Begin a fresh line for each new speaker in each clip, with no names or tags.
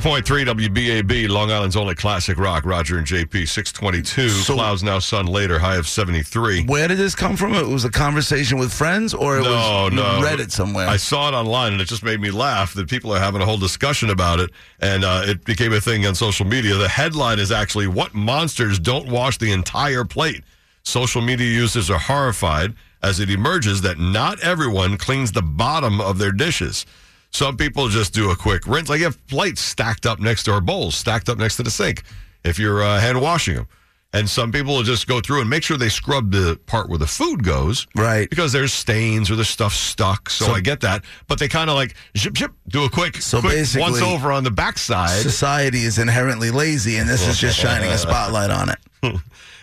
2.3 WBAB, Long Island's only classic rock, Roger and JP, 622.
So-
Clouds now sun later, high of 73.
Where did this come from? It was a conversation with friends, or it
No,
was you
no.
read it somewhere.
I saw it online and it just made me laugh that people are having a whole discussion about it. And uh, it became a thing on social media. The headline is actually What Monsters Don't Wash the Entire Plate? Social media users are horrified as it emerges that not everyone cleans the bottom of their dishes. Some people just do a quick rinse. Like you have plates stacked up next to, or bowls stacked up next to the sink if you're uh, hand washing them. And some people will just go through and make sure they scrub the part where the food goes.
Right.
Because there's stains or there's stuff stuck. So, I get that. But they kind of like zip, zip, do a quick,
So
quick
basically-
once over on the backside.
Society is inherently lazy, and this is just shining a spotlight on it.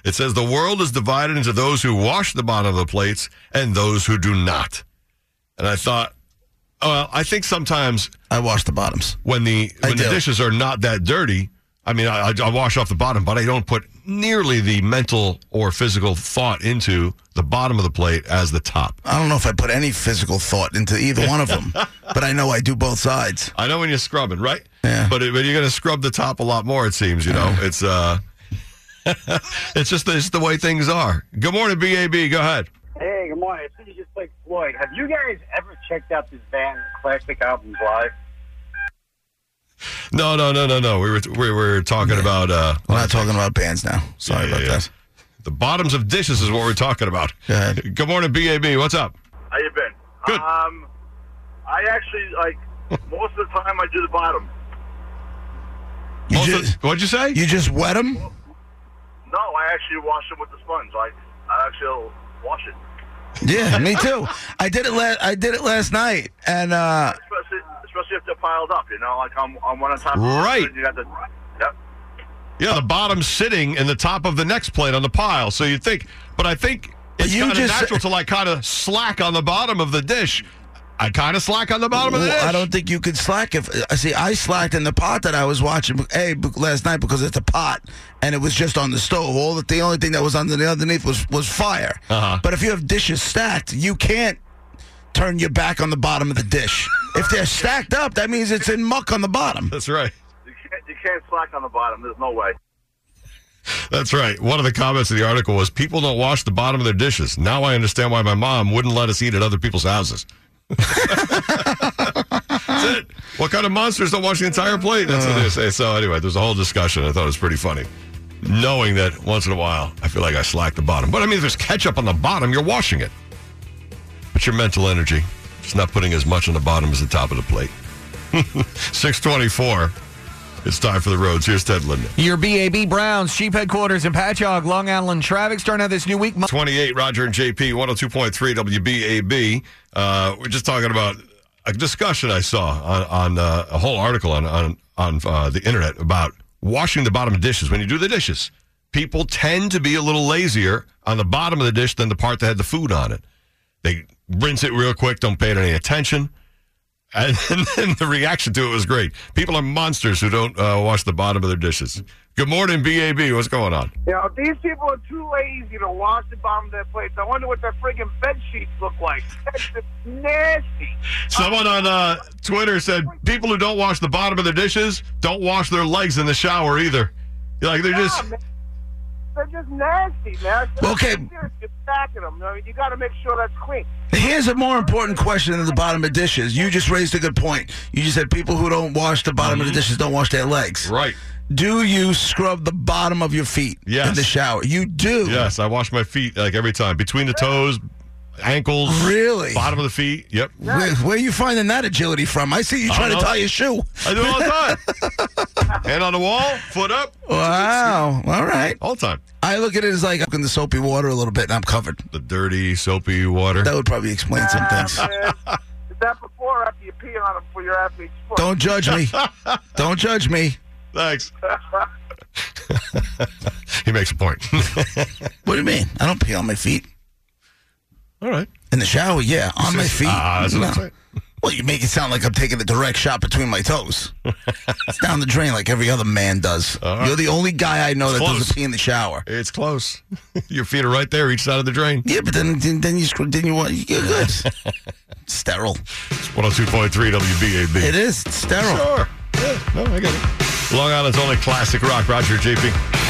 It says the world is divided into those who wash the bottom of the plates and those who do not. And I thought, oh, well, I think sometimes
I wash the bottoms.
when the
I
when the
do.
dishes are not that dirty. I mean, I, I- I wash off the bottom, but I don't put nearly the mental or physical thought into the bottom of the plate as the top.
I don't know if I put any physical thought into either one of them, but I know I do both sides.
I know when you're scrubbing, right?
Yeah.
But it, when you're going to scrub the top a lot more, it seems. You know, it's uh, it's just it's the way things are. Good morning, Bab. Go ahead.
Hey, good morning. This is just like Floyd. Have you guys ever checked out this band, Classic Albums Live?
No, no, no, no, no. We were we were talking about uh,
We're not talking about bands now. Sorry
Yeah,
about
yeah,
that.
the bottoms of dishes is what we're talking about.
Go ahead.
Good morning, Bab. What's up?
How you been?
Good.
Um, I actually like most of the time I do the bottom.
You
Most of-
just,
what'd you say?
you just wet them?
No, I actually wash them with the sponge. I I actually wash it.
Yeah, me too. I did it. La- I did it last night, and uh,
Especially especially if they're piled up, you know, like I'm I'm one on top. of the other,
Right.
and You got the yep.
Yeah, the bottom sitting in the top of the next plate on the pile. So you think, but I think it's
you
kind of
just-
natural to like kind of slack on the bottom of the dish. I kind of slack on the bottom of the dish.
Well, I don't think you could slack if I see. I slacked in the pot that I was watching a b- last night because it's a pot and it was just on the stove. All that the only thing that was under the underneath was was fire.
Uh-huh.
But if you have dishes stacked, you can't turn your back on the bottom of the dish. if they're stacked up, that means it's in muck on the bottom.
That's right.
You can't you can't slack on the bottom. There's no way.
That's right. One of the comments in the article was people don't wash the bottom of their dishes. Now I understand why my mom wouldn't let us eat at other people's houses. That's it. What kind of monsters don't wash the entire plate? That's what they say. So anyway, there's a whole discussion. I thought it was pretty funny. Knowing that once in a while, I feel like I slack the bottom. But I mean, if there's ketchup on the bottom, you're washing it. But your mental energy, it's not putting as much on the bottom as the top of the plate. 624. It's time for the roads. Here's Ted Linden.
Your BAB Browns, chief headquarters in Patchogue, Long Island traffic starting out this new week.
28, Roger and JP, 102.3 WBAB. Uh, we're just talking about a discussion I saw on, on uh, a whole article on, on, on uh, the internet about washing the bottom of dishes when you do the dishes. People tend to be a little lazier on the bottom of the dish than the part that had the food on it. They rinse it real quick, don't pay it any attention. And then the reaction to it was great. People are monsters who don't uh, wash the bottom of their dishes. Good morning, BAB. What's going on?
You know, these people are too lazy to wash the bottom of their plates. I wonder what their friggin' bed sheets look like. That's just nasty.
Someone on uh, Twitter said people who don't wash the bottom of their dishes don't wash their legs in the shower either. You're Like they're just
Yeah, man. They're just nasty, man.
Okay.
You're backing them. I mean, you got to make sure that's clean.
Here's a more important question than the bottom of dishes. You just raised a good point. You just said people who don't wash the bottom of the dishes don't wash their legs.
right.
Do you scrub the bottom of your feet in
Yes.
the shower? You do.
Yes, I wash my feet like every time between the toes, ankles,
Really?
bottom of the feet. Yep,
Where, where are you finding that agility from? I see you trying to
know.
tie your shoe.
I do it all the time. Hand on the wall, foot up,
Wow. All right.
all the time.
I look at it as like I'm in the soapy water a little bit and I'm covered.
The dirty, soapy water.
That would probably explain some things.
Ah, man. Is that before or after you pee on them for your athlete's foot?
Don't judge me. Don't judge me.
Thanks. he makes a point.
What do you mean? I don't pee on my feet.
all right.
In the shower, yeah. On my feet.
Ah, that's what
No.
I'm saying.
Well, you make it sound like I'm taking a direct shot between my toes. it's down the drain like every other man does.
right.
You're the only guy I know that
Close.
doesn't pee in the shower.
It's close. Your feet are right there, each side of the drain.
Yeah, but then then, then you screw- then you want you're good. sterile.
102.3 WBAB.
It is it's sterile.
Sure. Yeah, no, I get it. Long Island's only classic rock. Roger, JP.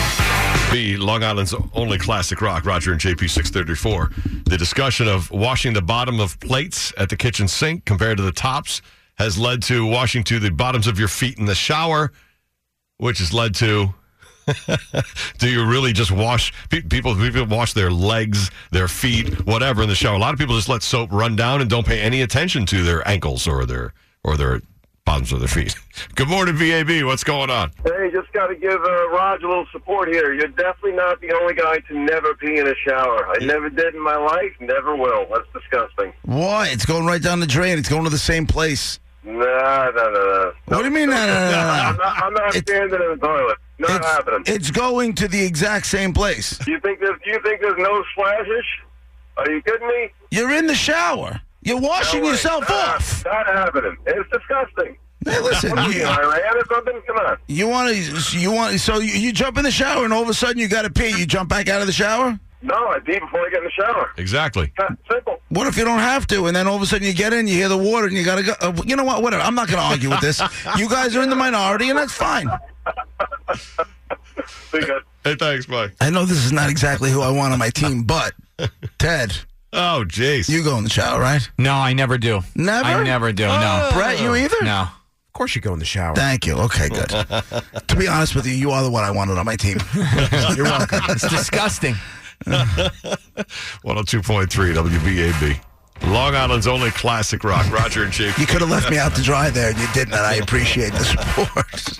The Long Island's only classic rock. Roger and JP 634. The discussion of washing the bottom of plates at the kitchen sink compared to the tops has led to washing to the bottoms of your feet in the shower, which has led to do you really just wash pe- people? People wash their legs, their feet, whatever in the shower. A lot of people just let soap run down and don't pay any attention to their ankles or their or their bottoms of their feet. Good morning, VAB. What's going on?
Hey, just got to give uh, Raj a little support here. You're definitely not the only guy to never pee in a shower. I never did in my life, never will. That's disgusting.
Why? It's going right down the drain. It's going to the same place.
Nah, no, no, no.
What do you mean? No, no, no, no,
I'm
no.
not, I'm not
It's-
standing in the toilet. Not happening.
It's, it's going to the exact same place.
you think there's you think there's no splashes? Are you kidding me?
You're in the shower. You're washing
No way.
yourself
Nah,
off.
Not happening. It's disgusting.
Hey, listen,
Ah. What are you,
you,
Iran or something? Come on.
you want to, you want, so you, you jump in the shower and all of a sudden you got to pee. You jump back out of the shower.
No, I pee before I get in the shower.
Exactly.
Simple.
What if you don't have to, and then all of a sudden you get in, you hear the water, and you gotta go? Uh, you know what? Whatever. I'm not gonna argue with this. You guys are in the minority, and that's fine.
Be good.
Hey, thanks, Mike.
I know this is not exactly who I want on my team, but Ted,
Oh, jeez.
you go in the shower, right?
No, I never do.
Never?
I never Oh. do. No.
Brett, you either?
No.
Of course you go in the shower.
Thank you. Okay, good. to be honest with you, you are the one I wanted on my team.
You're welcome.
It's disgusting.
102.3 WBAB. Long Island's only classic rock. Roger and JP.
You could have left me out to dry there, and you didn't, and I appreciate the support.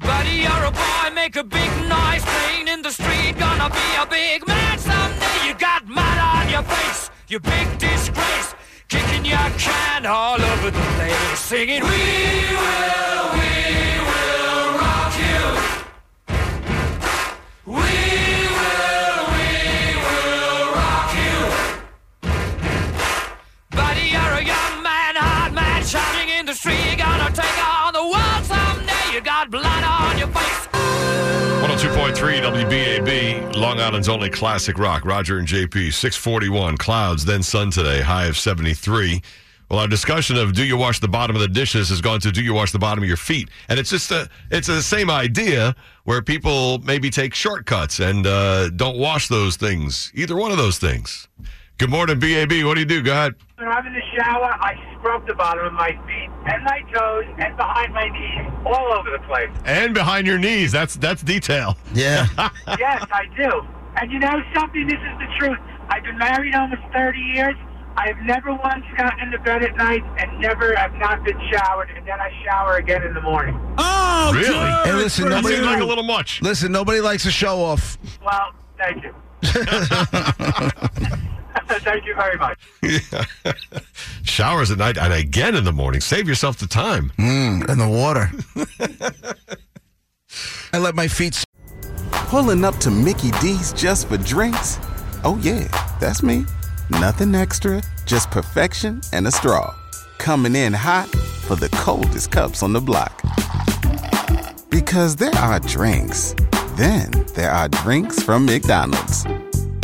Buddy, you're a boy, make a big noise playing in the street. Gonna be a big man someday. You got mud on your face, you big disgrace. Kicking your can all over the place, singing, We will, we will rock you. We will, we will rock you. Buddy, you're a young man, hard man, shouting in the street. Gonna take on the world someday. You got blood on your face.
102.3 WBAB, Long Island's only classic rock. Roger and JP, 641. Clouds, then sun today, high of 73. Well, our discussion of do you wash the bottom of the dishes has gone to do you wash the bottom of your feet? And it's just a, it's the same idea where people maybe take shortcuts and uh, don't wash those things, either one of those things. Good morning, BAB. What do you do? Go ahead.
When I'm in the shower, I scrub the bottom of my feet and my toes and behind my knees all over the place.
And behind your knees. That's, that's detail.
Yeah.
yes, I do. And you know something? This is the truth. I've been married almost 30 years. I've never once gotten into bed at night and never have not been showered, and then I shower again in the morning.
really?
Hey, listen,
That
nobody,
seems like a little much.
listen, nobody likes a show off.
Well, thank you. thank you very much.
Showers at night and again in the morning. Save yourself the time.
in the water. I let my feet
Pulling up to Mickey D's just for drinks? Oh, yeah, that's me. Nothing extra, just perfection and a straw. Coming in hot for the coldest cups on the block. Because there are drinks, then there are drinks from McDonald's.